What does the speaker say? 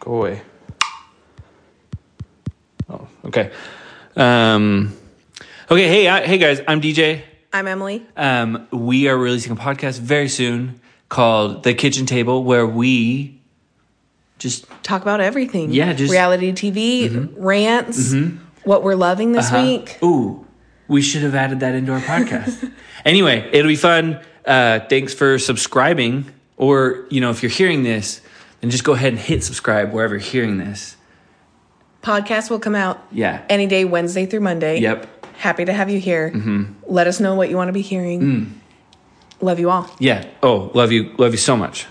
Go away. Oh, okay. Um, okay, hey, I, hey guys, I'm DJ. I'm Emily. Um, we are releasing a podcast very soon called The Kitchen Table, where we just Talk about everything. Yeah, just- Mm-hmm. reality TV, rants, what we're loving this week. uh-huh. Ooh, we should have added that into our podcast. anyway, it'll be fun. Uh, thanks for subscribing. Or, you know, if you're hearing this, then just go ahead and hit subscribe wherever you're hearing this. Podcast will come out Yeah. any day, Wednesday through Monday. Yep. Mm-hmm. Happy to have you here. Mm. Let us know what you want to be hearing. Love you all. Yeah. Oh, love you. Love you so much.